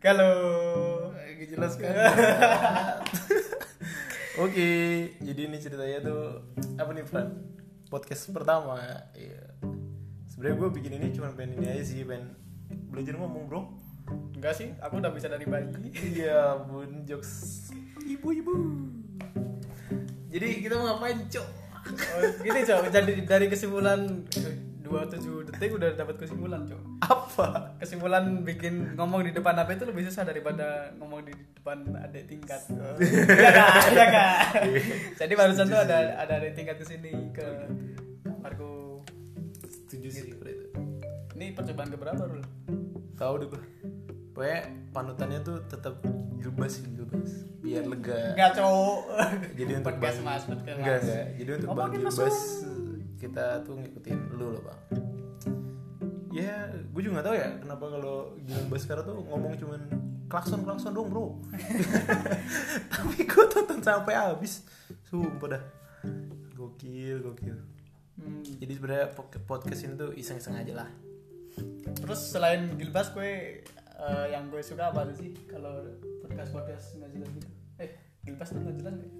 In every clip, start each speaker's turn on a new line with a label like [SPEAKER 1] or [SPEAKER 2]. [SPEAKER 1] Halo.
[SPEAKER 2] jelas kan
[SPEAKER 1] Oke, jadi ini ceritanya tuh apa nih Fran? Podcast pertama. Iya. Sebenarnya gue bikin ini cuma pengen ini aja sih, pengen belajar ngomong bro.
[SPEAKER 2] enggak sih aku udah bisa dari bayi
[SPEAKER 1] Iya, bun jokes ibu-ibu. Jadi kita mau ngapain cok?
[SPEAKER 2] oh, gini cok jadi dari kesimpulan 27 detik udah dapat kesimpulan cok
[SPEAKER 1] Apa?
[SPEAKER 2] kesimpulan bikin ngomong di depan HP itu lebih susah daripada ngomong di depan adik tingkat ya kak ya kak jadi barusan tuh ada ada adik tingkat kesini ke kamarku
[SPEAKER 1] Setuju sih kalau itu.
[SPEAKER 2] ini percobaan keberapa Rul?
[SPEAKER 1] Gitu, Tahu deh gue. Pokoknya panutannya tuh tetap jilbas jilbas biar lega.
[SPEAKER 2] enggak cowok
[SPEAKER 1] Jadi untuk
[SPEAKER 2] podcast
[SPEAKER 1] Bang-
[SPEAKER 2] mas podcast
[SPEAKER 1] Enggak,
[SPEAKER 2] mas
[SPEAKER 1] enggak. Jadi untuk Bang
[SPEAKER 2] Ngomongin
[SPEAKER 1] Gilbas
[SPEAKER 2] masuk.
[SPEAKER 1] kita tuh ngikutin lu loh, Bang. Ya, gue juga gak tau ya kenapa kalau Gilang Baskara tuh ngomong cuman klakson-klakson dong, Bro. Tapi gue tonton sampai habis. Sumpah dah. Gokil, gokil.
[SPEAKER 2] Hmm,
[SPEAKER 1] Jadi sebenarnya pod- podcast ini tuh iseng-iseng aja lah.
[SPEAKER 2] Terus selain Gilbas gue eh, yang gue suka apa aja sih kalau podcast podcast nggak jelas gitu? Eh Gilbas tuh nggak jelas nggak?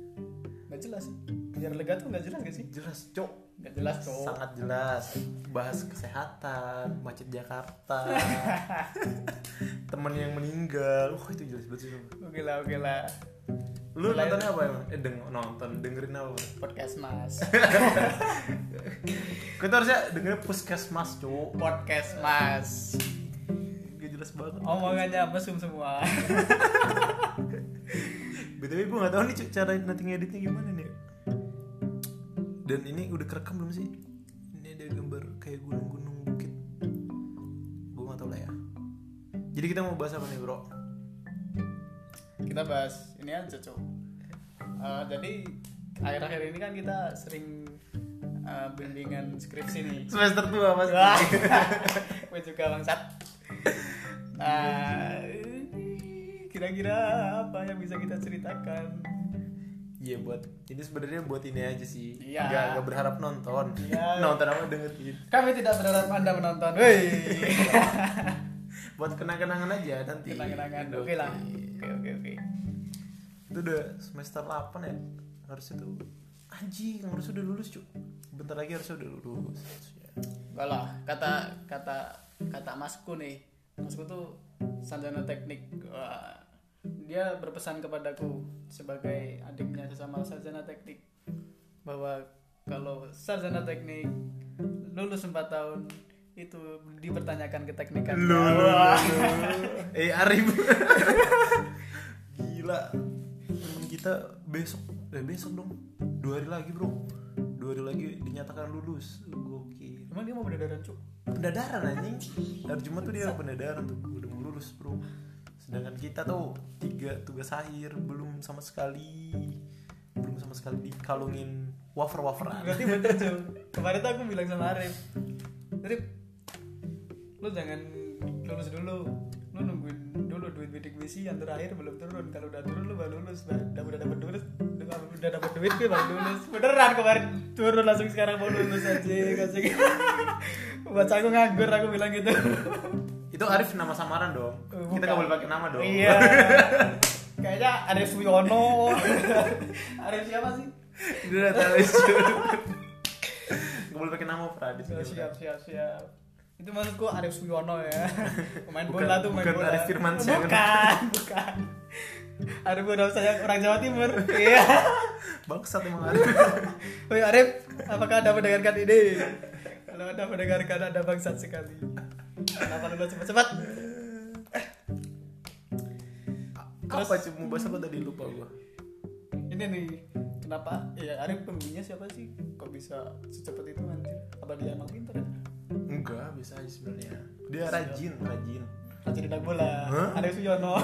[SPEAKER 2] Nggak jelas sih. Biar lega tuh nggak jelas nggak sih?
[SPEAKER 1] Jelas, Cok.
[SPEAKER 2] Nggak jelas cowok.
[SPEAKER 1] Sangat jelas. Bahas kesehatan, macet Jakarta. temen yang meninggal. Wah, itu jelas banget sih. Bang.
[SPEAKER 2] Oke lah oke lah
[SPEAKER 1] Lu
[SPEAKER 2] Selain-
[SPEAKER 1] nontonnya apa emang? Eh, deng nonton, dengerin apa?
[SPEAKER 2] podcast mas,
[SPEAKER 1] Kita harusnya dengerin Puskesmas, Cuk.
[SPEAKER 2] podcast mas.
[SPEAKER 1] Gak jelas banget.
[SPEAKER 2] Oh, Omongannya mesum semua.
[SPEAKER 1] BTW gue gak tau nih Cuk, cara nanti ngeditnya gimana nih. Dan ini udah kerekam belum sih? Ini ada gambar kayak gunung-gunung bukit. Gue gak tau lah ya. Jadi kita mau bahas apa nih, Bro?
[SPEAKER 2] Kita bahas ini aja cowok. Eh, jadi akhir-akhir ini kan kita sering eh, bimbingan skripsi nih.
[SPEAKER 1] Semester tua mas.
[SPEAKER 2] Wah, gue juga bangsat. Nah, kira-kira apa yang bisa kita ceritakan?
[SPEAKER 1] Iya buat ini sebenarnya buat ini aja sih.
[SPEAKER 2] Iya.
[SPEAKER 1] Gak, gak berharap nonton.
[SPEAKER 2] Iya.
[SPEAKER 1] nonton apa dengerin.
[SPEAKER 2] Kami tidak berharap anda menonton. Hei,
[SPEAKER 1] Buat kenang-kenangan aja nanti.
[SPEAKER 2] kenangan-kenangan. Oke lah. Oke oke oke.
[SPEAKER 1] itu udah semester 8 ya harusnya tuh anjing harusnya udah lulus cuy bentar lagi harusnya udah lulus harusnya.
[SPEAKER 2] Enggak lah. Kata kata kata masku nih. Masku tuh sarjana teknik. Wah, Dia berpesan kepadaku sebagai adiknya sesama sarjana teknik bahwa kalau sarjana teknik lulus 4 tahun itu dipertanyakan kan. keteknikan.
[SPEAKER 1] eh Arif gila temen kita besok eh besok dong dua hari lagi bro dua hari lagi dinyatakan lulus gokil
[SPEAKER 2] Emang dia mau berdarah cuk?
[SPEAKER 1] pendadaran anjing hari Jumat tuh dia pendadaran tuh udah mau lulus bro sedangkan kita tuh tiga tugas akhir belum sama sekali belum sama sekali dikalungin wafer waferan
[SPEAKER 2] Berarti bener cuk. Kemarin tuh aku bilang sama Arif, Arif, lu jangan lulus dulu. Lu nungguin dulu duit bidik misi yang terakhir belum turun. Kalau udah turun lu baru lulus. Udah udah dapet duit, udah- udah dapet duit gue baru lulus. Beneran kemarin turun langsung sekarang mau lulus aja. Kasih. Baca aku nganggur aku bilang gitu.
[SPEAKER 1] itu Arif nama samaran dong kita nggak boleh pakai nama dong
[SPEAKER 2] Iya. Kayaknya Arif Wiono. Arif siapa sih?
[SPEAKER 1] itu udah terlalu nggak boleh pakai nama Pradis
[SPEAKER 2] Oh, siap siap siap. Itu maksudku Arif Suyono ya. Pemain
[SPEAKER 1] Bukan-
[SPEAKER 2] bola tuh main
[SPEAKER 1] bukan
[SPEAKER 2] bola.
[SPEAKER 1] Arif Firmansyah.
[SPEAKER 2] Bukan, bukan. Arif udah saya orang Jawa Timur. Iya.
[SPEAKER 1] bangsat emang Arif
[SPEAKER 2] Woi Arif, apakah Anda mendengarkan ini? Kalau Anda mendengarkan Anda bangsat sekali. Kenapa lu cepat-cepat?
[SPEAKER 1] apa cuma bahasa apa tadi lupa gua
[SPEAKER 2] Ini nih. Kenapa? Ya Arif pembimbingnya siapa sih? Kok bisa secepat itu nanti? Apa dia emang pintar? ya?
[SPEAKER 1] enggak bisa aja sebenarnya dia rajin rajin
[SPEAKER 2] Rajin di bola.
[SPEAKER 1] Hah?
[SPEAKER 2] Arif Suyono.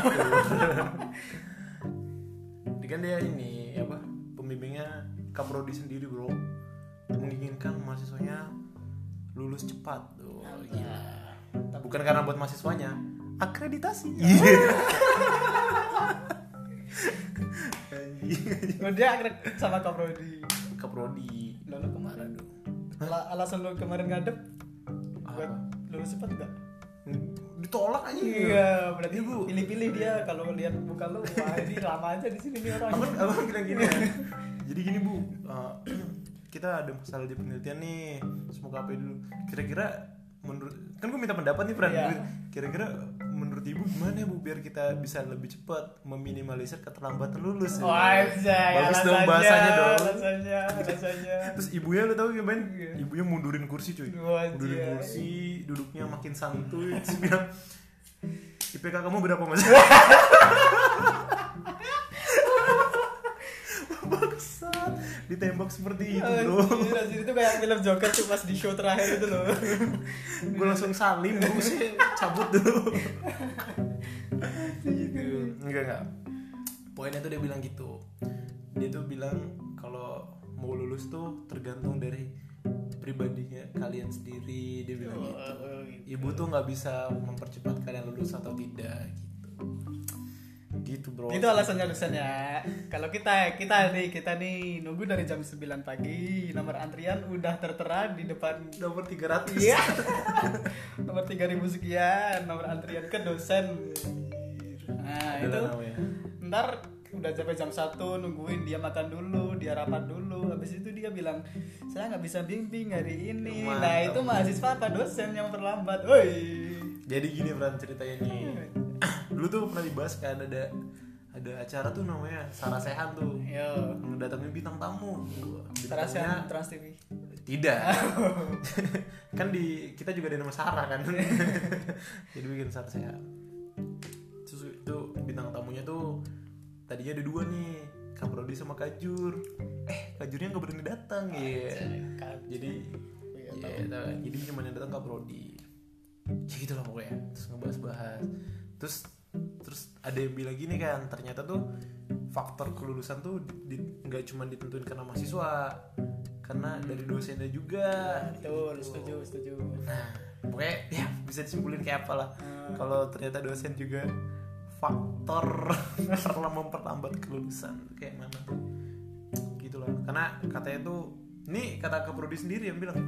[SPEAKER 1] Dia kan dia ini apa pembimbingnya kaprodi sendiri bro menginginkan mahasiswanya lulus cepat oh,
[SPEAKER 2] Nah,
[SPEAKER 1] gila. bukan karena buat mahasiswanya akreditasi Anjing.
[SPEAKER 2] Kalau dia akrab sama Kaprodi.
[SPEAKER 1] kaprodi
[SPEAKER 2] Lah lu kemarin Ala- alasan lu kemarin ngadep buat lulus cepat enggak?
[SPEAKER 1] Hmm, ditolak aja
[SPEAKER 2] Iya, berarti
[SPEAKER 1] Ibu.
[SPEAKER 2] pilih-pilih dia kalau lihat muka lu, wah ini lama aja di sini nih orang.
[SPEAKER 1] abang abang bilang gini ya jadi gini bu eh, kita ada masalah di penelitian nih semoga apa ya dulu kira-kira menurut kan gue minta pendapat nih Fran
[SPEAKER 2] Iya.
[SPEAKER 1] kira-kira menurut ibu gimana ya bu biar kita bisa lebih cepat meminimalisir keterlambatan lulus ya?
[SPEAKER 2] Wah, anjay,
[SPEAKER 1] bagus dong
[SPEAKER 2] alasannya,
[SPEAKER 1] bahasanya dong
[SPEAKER 2] Alasannya, alasannya.
[SPEAKER 1] terus ibunya lo tau gimana
[SPEAKER 2] Iya.
[SPEAKER 1] ibunya mundurin kursi cuy
[SPEAKER 2] Wah,
[SPEAKER 1] mundurin
[SPEAKER 2] anjay.
[SPEAKER 1] kursi duduknya makin santuy terus bilang IPK kamu berapa mas bangsat ditembak seperti itu bro
[SPEAKER 2] Anjir, anjir, itu kayak film Joker tuh pas di show terakhir itu loh.
[SPEAKER 1] gue langsung salim gue sih cabut dulu gitu enggak enggak poinnya tuh dia bilang gitu dia tuh bilang kalau mau lulus tuh tergantung dari pribadinya kalian sendiri dia bilang gitu ibu tuh nggak bisa mempercepat kalian lulus atau tidak gitu gitu bro
[SPEAKER 2] Itu alasannya alasannya. Kalau kita kita nih kita nih nunggu dari jam 9 pagi, nomor antrian udah tertera di depan
[SPEAKER 1] nomor 300
[SPEAKER 2] Iya. nomor 3000 sekian, nomor antrian ke dosen.
[SPEAKER 1] Adalah
[SPEAKER 2] Nah, itu
[SPEAKER 1] namanya.
[SPEAKER 2] ntar udah sampai jam 1 nungguin dia makan dulu, dia rapat dulu. Habis itu dia bilang, "Saya nggak bisa bimbing hari ini." Nah,
[SPEAKER 1] Mantap.
[SPEAKER 2] itu mahasiswa apa dosen yang terlambat? Woi.
[SPEAKER 1] jadi gini Fran ceritanya nih dulu tuh pernah dibahas kan ada ada acara tuh namanya sarasehan tuh
[SPEAKER 2] Yo.
[SPEAKER 1] datangnya bintang tamu Bintang
[SPEAKER 2] Terasa
[SPEAKER 1] tamunya-
[SPEAKER 2] Trans TV.
[SPEAKER 1] tidak kan di kita juga ada nama Sarah kan jadi bikin Sarah sehat terus itu bintang tamunya tuh tadinya ada dua nih Kak Brody sama Kak Jur eh Kak Jurnya nggak berani datang ya jadi
[SPEAKER 2] Iya,
[SPEAKER 1] ya, tau kan. jadi cuma yang datang Kak Brody ya gitu lah pokoknya terus ngebahas-bahas terus terus ada yang bilang gini kan ternyata tuh faktor kelulusan tuh di- nggak cuma ditentuin karena mahasiswa karena dari dosennya juga
[SPEAKER 2] Betul, setuju, setuju.
[SPEAKER 1] nah pokoknya ya bisa disimpulin kayak apa lah kalau ternyata dosen juga faktor perlu memperlambat kelulusan kayak mana gitu loh karena katanya tuh ini kata Kaprodi sendiri yang bilang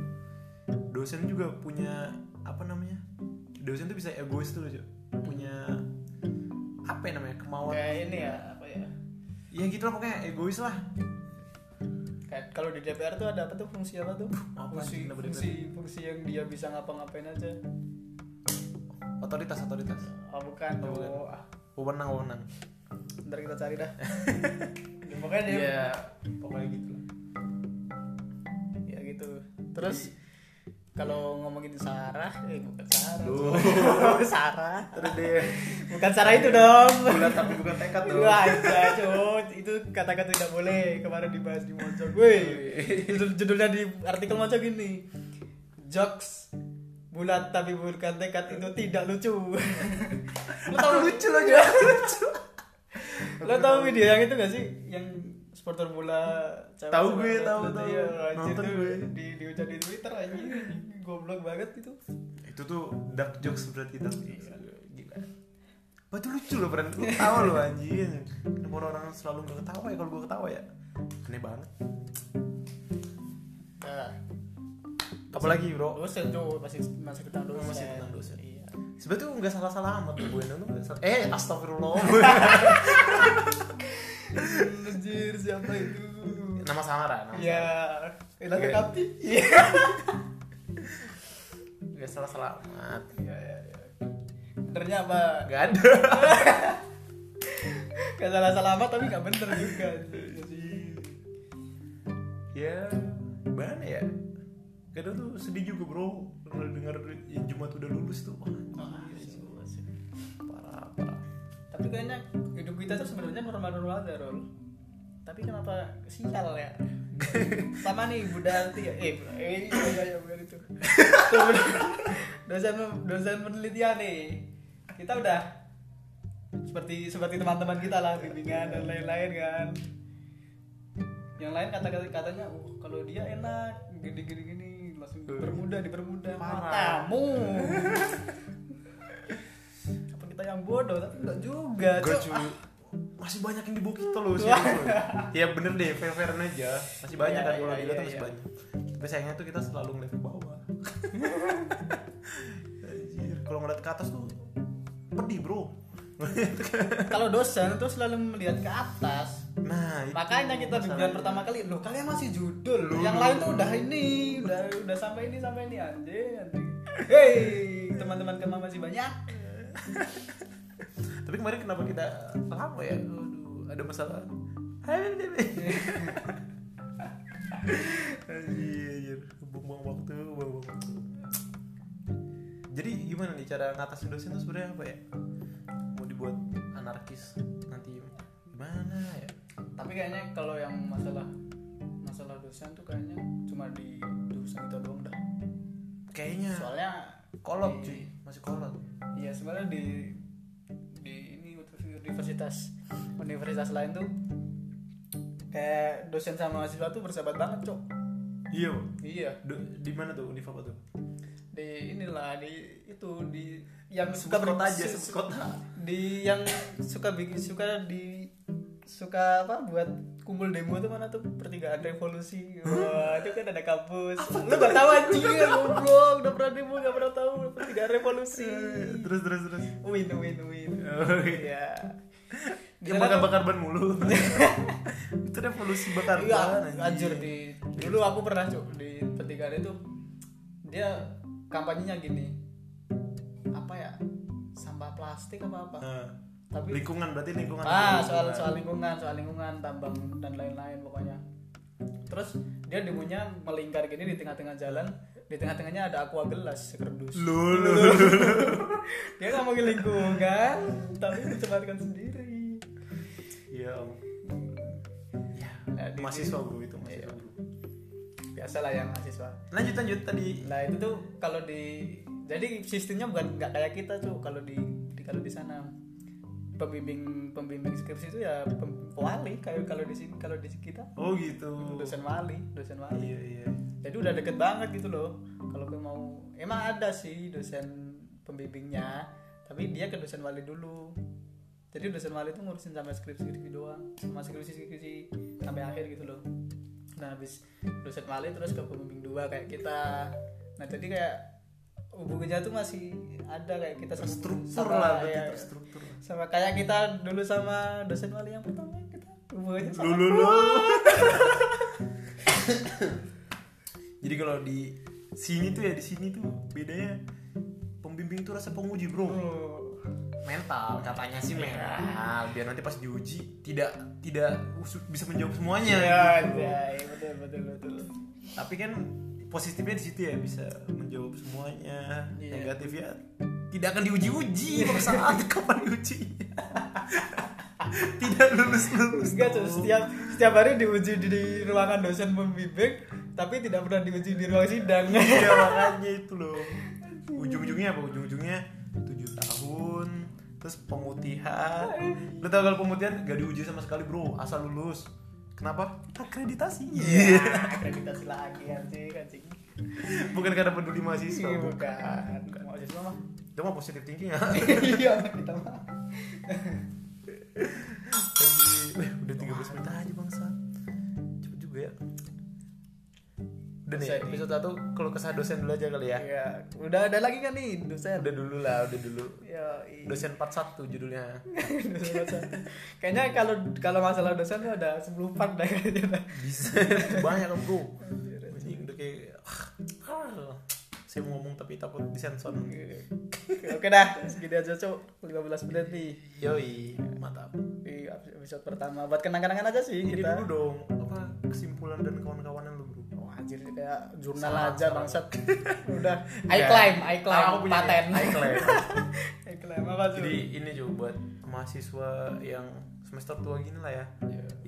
[SPEAKER 1] dosen juga punya apa namanya dosen tuh bisa egois tuh loh Jo. punya apa ya namanya kemauan
[SPEAKER 2] Kayak ini ya, apa ya?
[SPEAKER 1] ya gitu lah pokoknya egois lah
[SPEAKER 2] Kayak kalau di DPR tuh ada apa tuh fungsi apa tuh?
[SPEAKER 1] apa sih
[SPEAKER 2] Fungsi
[SPEAKER 1] kenapa
[SPEAKER 2] fungsi fungsi yang dia bisa ngapa-ngapain aja.
[SPEAKER 1] otoritas otoritas
[SPEAKER 2] Oh, bukan
[SPEAKER 1] Oh, bukan.
[SPEAKER 2] tuh. Ah,
[SPEAKER 1] wewenang wewenang
[SPEAKER 2] ntar kita cari dah. Ya, Pokoknya dia
[SPEAKER 1] Iya, pokoknya gitu lah
[SPEAKER 2] ya gitu. Terus kalau ngomongin Sarah, eh bukan Sarah.
[SPEAKER 1] Duh.
[SPEAKER 2] Sarah.
[SPEAKER 1] terus deh
[SPEAKER 2] Bukan Sarah itu dong.
[SPEAKER 1] bulat Iya. tapi bukan tekad tuh
[SPEAKER 2] Wah, aja, cuy. Itu kata-kata tidak boleh. Kemarin dibahas di Mojok. Woi. Judul judulnya di artikel Mojok gini. Jokes bulat tapi bukan tekad itu tidak lucu. lo tau lucu lo lucu. Lo tau video yang itu gak sih? Yang supporter bola cewek-
[SPEAKER 1] Tahu gue,
[SPEAKER 2] cewek-
[SPEAKER 1] tahu, tahu.
[SPEAKER 2] Iya, anjir
[SPEAKER 1] Nonton
[SPEAKER 2] tuh
[SPEAKER 1] gue.
[SPEAKER 2] Di diujar di Twitter anjir. Goblok banget itu.
[SPEAKER 1] itu tuh dark jokes berarti Iya, dark jokes gila Wah, itu lucu loh Bran, lu ketawa lo anjing Kenapa orang-orang selalu gak ketawa ya kalau gue ketawa ya Aneh banget
[SPEAKER 2] Nah,
[SPEAKER 1] Apalagi bro
[SPEAKER 2] dosen tuh masih masih tentang dosen.
[SPEAKER 1] Masih tentang dosen.
[SPEAKER 2] Iya.
[SPEAKER 1] Sebenernya tuh gak salah-salah amat Bu Endang tuh gak salah Eh astagfirullah
[SPEAKER 2] Anjir siapa itu?
[SPEAKER 1] Nama samaran nama
[SPEAKER 2] Ya, Ella
[SPEAKER 1] Oke.
[SPEAKER 2] Kapti. Iya.
[SPEAKER 1] samaran. Gak salah-salah amat
[SPEAKER 2] Iya, iya, iya. Benernya apa?
[SPEAKER 1] Gak ada
[SPEAKER 2] Gak salah salamat tapi gak bener juga.
[SPEAKER 1] Ya gimana ya Kadang tuh sedih juga bro Denger-denger ya, Jumat udah lulus tuh Wah,
[SPEAKER 2] Iya,
[SPEAKER 1] anjing, Parah parah
[SPEAKER 2] Tapi kayaknya hidup kita tuh sebenarnya normal-normal aja, Rol. Tapi kenapa sial ya? Sama nih Budanti ya. Eh, Bu- eh, iya, iya, iya, bukan itu. Tuh, bener. dosen dosen penelitian nih. Kita udah seperti seperti teman-teman kita lah bimbingan dan lain-lain kan. Yang lain kata-kata katanya, "Uh, kalau dia enak, gini-gini gini, langsung dipermudah, dipermudah
[SPEAKER 1] Parah.
[SPEAKER 2] matamu." Apa kita yang bodoh? Tapi enggak juga,
[SPEAKER 1] Gak
[SPEAKER 2] Cok.
[SPEAKER 1] cuy ah, masih banyak yang dibawa kita loh
[SPEAKER 2] Wah.
[SPEAKER 1] sih ya bener deh fair fairan aja masih banyak
[SPEAKER 2] Iya,
[SPEAKER 1] kan kalau
[SPEAKER 2] iya,
[SPEAKER 1] dilihat
[SPEAKER 2] iya,
[SPEAKER 1] masih
[SPEAKER 2] iya.
[SPEAKER 1] banyak tapi sayangnya tuh kita selalu ngeliat ke bawah Anjir, kalau ngeliat ke atas tuh pedih bro
[SPEAKER 2] kalau dosen itu selalu melihat ke atas
[SPEAKER 1] nah itu
[SPEAKER 2] makanya kita bimbingan
[SPEAKER 1] masalahnya.
[SPEAKER 2] pertama kali loh kalian masih judul
[SPEAKER 1] Loh,
[SPEAKER 2] yang
[SPEAKER 1] loh,
[SPEAKER 2] lain tuh
[SPEAKER 1] loh.
[SPEAKER 2] udah ini udah udah sampai ini sampai ini anjing anjing hey teman-teman kema masih banyak
[SPEAKER 1] tapi kemarin kenapa kita lama ya Aduh, ada masalah Anjir, buang-buang waktu, buang-buang waktu. Jadi gimana nih cara ngatasin dosen itu sebenarnya apa ya? Mau dibuat anarkis nanti gimana ya?
[SPEAKER 2] tapi kayaknya kalau yang masalah masalah dosen tuh kayaknya cuma di jurusan kita doang dah
[SPEAKER 1] Kayaknya
[SPEAKER 2] soalnya
[SPEAKER 1] kolot
[SPEAKER 2] di-
[SPEAKER 1] cuy, masih kolot.
[SPEAKER 2] Iya sebenarnya di di ini universitas universitas lain tuh kayak dosen sama mahasiswa tuh bersahabat banget cok.
[SPEAKER 1] Iya,
[SPEAKER 2] Iya
[SPEAKER 1] Do- di mana tuh univ apa tuh?
[SPEAKER 2] di inilah di itu di yang suka
[SPEAKER 1] Sebut kota aja,
[SPEAKER 2] se-
[SPEAKER 1] sebut kota.
[SPEAKER 2] di yang suka bikin suka di suka apa buat kumpul demo tuh mana tuh pertigaan revolusi wah itu kan ada kampus lu gak tahu anjing ya, goblok udah pernah demo gak pernah tahu pertigaan revolusi
[SPEAKER 1] Terus terus terus.
[SPEAKER 2] win win win
[SPEAKER 1] Eh. Oh,
[SPEAKER 2] iya Di
[SPEAKER 1] Dia
[SPEAKER 2] sana
[SPEAKER 1] bakar
[SPEAKER 2] tuh-
[SPEAKER 1] bakar ban mulu. itu revolusi bakar
[SPEAKER 2] Iya,
[SPEAKER 1] ban.
[SPEAKER 2] anjir
[SPEAKER 1] anjing.
[SPEAKER 2] di dulu aku pernah cuk di pertigaan itu dia kampanyenya gini apa ya sampah plastik apa apa
[SPEAKER 1] Nah,
[SPEAKER 2] tapi
[SPEAKER 1] lingkungan berarti lingkungan.
[SPEAKER 2] ah soal soal lingkungan soal lingkungan tambang dan lain-lain pokoknya terus dia demonya melingkar gini di tengah-tengah jalan di tengah-tengahnya ada aqua gelas sekerdus
[SPEAKER 1] Lu, lu, lu.
[SPEAKER 2] dia nggak mau ke lingkungan tapi mencemarkan sendiri
[SPEAKER 1] Iya. Om. Ya,
[SPEAKER 2] Nah, di-
[SPEAKER 1] mahasiswa bro itu mahasiswa bro.
[SPEAKER 2] biasalah yang mahasiswa
[SPEAKER 1] Lanjut lanjut tadi.
[SPEAKER 2] Nah itu tuh kalau di jadi sistemnya bukan nggak kayak kita tuh kalau di, di- kalau di sana pembimbing pembimbing skripsi itu ya pem- wali kayak kalau di sini kalau di kita
[SPEAKER 1] Oh gitu.
[SPEAKER 2] dosen wali dosen wali
[SPEAKER 1] Iya iya.
[SPEAKER 2] jadi udah deket banget gitu loh kalau gue mau emang ada sih dosen pembimbingnya tapi dia ke dosen wali dulu jadi dosen wali itu ngurusin sampai skripsi skripsi doang sama skripsi skripsi sampai akhir gitu loh nah habis dosen wali terus ke pembimbing dua kayak kita nah jadi kayak hubungannya tuh masih ada kayak kita sama-
[SPEAKER 1] Terstruktur
[SPEAKER 2] sama-
[SPEAKER 1] lah berarti
[SPEAKER 2] ya,
[SPEAKER 1] terstruktur.
[SPEAKER 2] sama kayak kita dulu sama dosen wali yang pertama kita hubungannya sama
[SPEAKER 1] Lu lu lu. Jadi kalau di sini tuh ya di sini tuh bedanya pembimbing tuh rasa penguji bro.
[SPEAKER 2] Oh.
[SPEAKER 1] mental katanya sih mental Iya. biar nanti pas diuji tidak tidak us- bisa menjawab semuanya
[SPEAKER 2] Ya,
[SPEAKER 1] gitu.
[SPEAKER 2] anjay, betul betul betul.
[SPEAKER 1] tapi kan positifnya di situ ya bisa menjawab semuanya
[SPEAKER 2] Iya.
[SPEAKER 1] negatif ya tidak akan diuji-uji pada saat kapan diuji tidak lulus lulus
[SPEAKER 2] Enggak tuh setiap setiap hari diuji di, di ruangan dosen pembimbing, tapi tidak pernah diuji di ruang sidang.
[SPEAKER 1] ya makanya itu loh ujung-ujungnya apa ujung-ujungnya 7 tahun terus pemutihan lu tau kalau pemutihan gak diuji sama sekali bro asal lulus kenapa akreditasi
[SPEAKER 2] Iya, akreditasi lagi anjing anjing.
[SPEAKER 1] bukan karena peduli mahasiswa
[SPEAKER 2] Iya,
[SPEAKER 1] Bu.
[SPEAKER 2] bukan. Mau siswa mah.
[SPEAKER 1] itu mah positif thinking ya
[SPEAKER 2] Iya, kita mah.
[SPEAKER 1] Lagi- eh, udah 13 menit aja bangsa cepet juga ya udah nih
[SPEAKER 2] Selesai.
[SPEAKER 1] episode satu kalau kesah dosen dulu aja kali ya
[SPEAKER 2] Iya, udah ada lagi kan nih dosen.
[SPEAKER 1] udah dulu lah udah dulu
[SPEAKER 2] Ya, iya.
[SPEAKER 1] dosen part 1 judulnya
[SPEAKER 2] Dosen dosen. Kayaknya kalau kalau masalah dosen tuh ada 10 part dah kayaknya.
[SPEAKER 1] bisa banyak kan bro Anjing, udah kayak ah, saya mau ngomong tapi takut disensor
[SPEAKER 2] Iya. Oke dah, segini aja, Cuk. 15 menit nih.
[SPEAKER 1] yoi mantap
[SPEAKER 2] di episode pertama buat kenang-kenangan aja sih
[SPEAKER 1] ini dulu
[SPEAKER 2] kita
[SPEAKER 1] dong apa kesimpulan dan kawan-kawanan lu bro
[SPEAKER 2] oh, anjir kayak jurnal
[SPEAKER 1] Salah,
[SPEAKER 2] aja
[SPEAKER 1] salah.
[SPEAKER 2] bangsat udah I
[SPEAKER 1] Enggak.
[SPEAKER 2] claim I claim
[SPEAKER 1] Ah, aku punya
[SPEAKER 2] paten
[SPEAKER 1] nih. I claim.
[SPEAKER 2] I claim apa tuh
[SPEAKER 1] jadi ini juga buat mahasiswa yang semester tua gini lah ya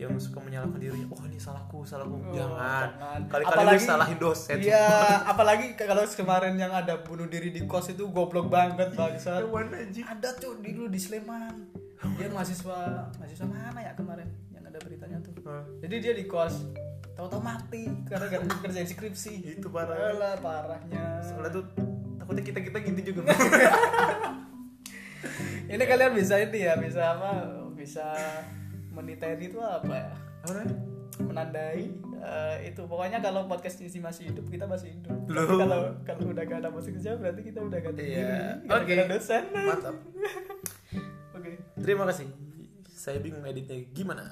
[SPEAKER 1] yang suka menyalahkan dirinya oh ini salahku salahku
[SPEAKER 2] Iya. Oh,
[SPEAKER 1] jangan
[SPEAKER 2] jangan.
[SPEAKER 1] kali-kali lu
[SPEAKER 2] Apalagi-
[SPEAKER 1] salahin dosen
[SPEAKER 2] Iya, apalagi kalau kemarin yang ada bunuh diri di kos itu goblok banget bangsat.
[SPEAKER 1] Hewan aja
[SPEAKER 2] Ada tuh di dulu di Sleman. Dia mahasiswa mahasiswa mana ya kemarin yang ada beritanya tuh.
[SPEAKER 1] Hah.
[SPEAKER 2] Jadi dia di kos, tahu-tahu mati karena gak kerja skripsi.
[SPEAKER 1] Itu parah.
[SPEAKER 2] Alah, parahnya.
[SPEAKER 1] soalnya tuh takutnya kita kita gitu juga
[SPEAKER 2] ini kalian bisa ini ya bisa apa bisa meniteni itu apa ya
[SPEAKER 1] apa namanya?
[SPEAKER 2] menandai eh, itu pokoknya kalau podcast isi masih hidup kita masih hidup Tapi
[SPEAKER 1] Loh.
[SPEAKER 2] kalau kalau udah gak ada masih kerja berarti kita udah gak ada
[SPEAKER 1] Iya.
[SPEAKER 2] diri, gak ada
[SPEAKER 1] Oke.
[SPEAKER 2] dosen
[SPEAKER 1] mantap Terima kasih. Saya bingung editnya gimana.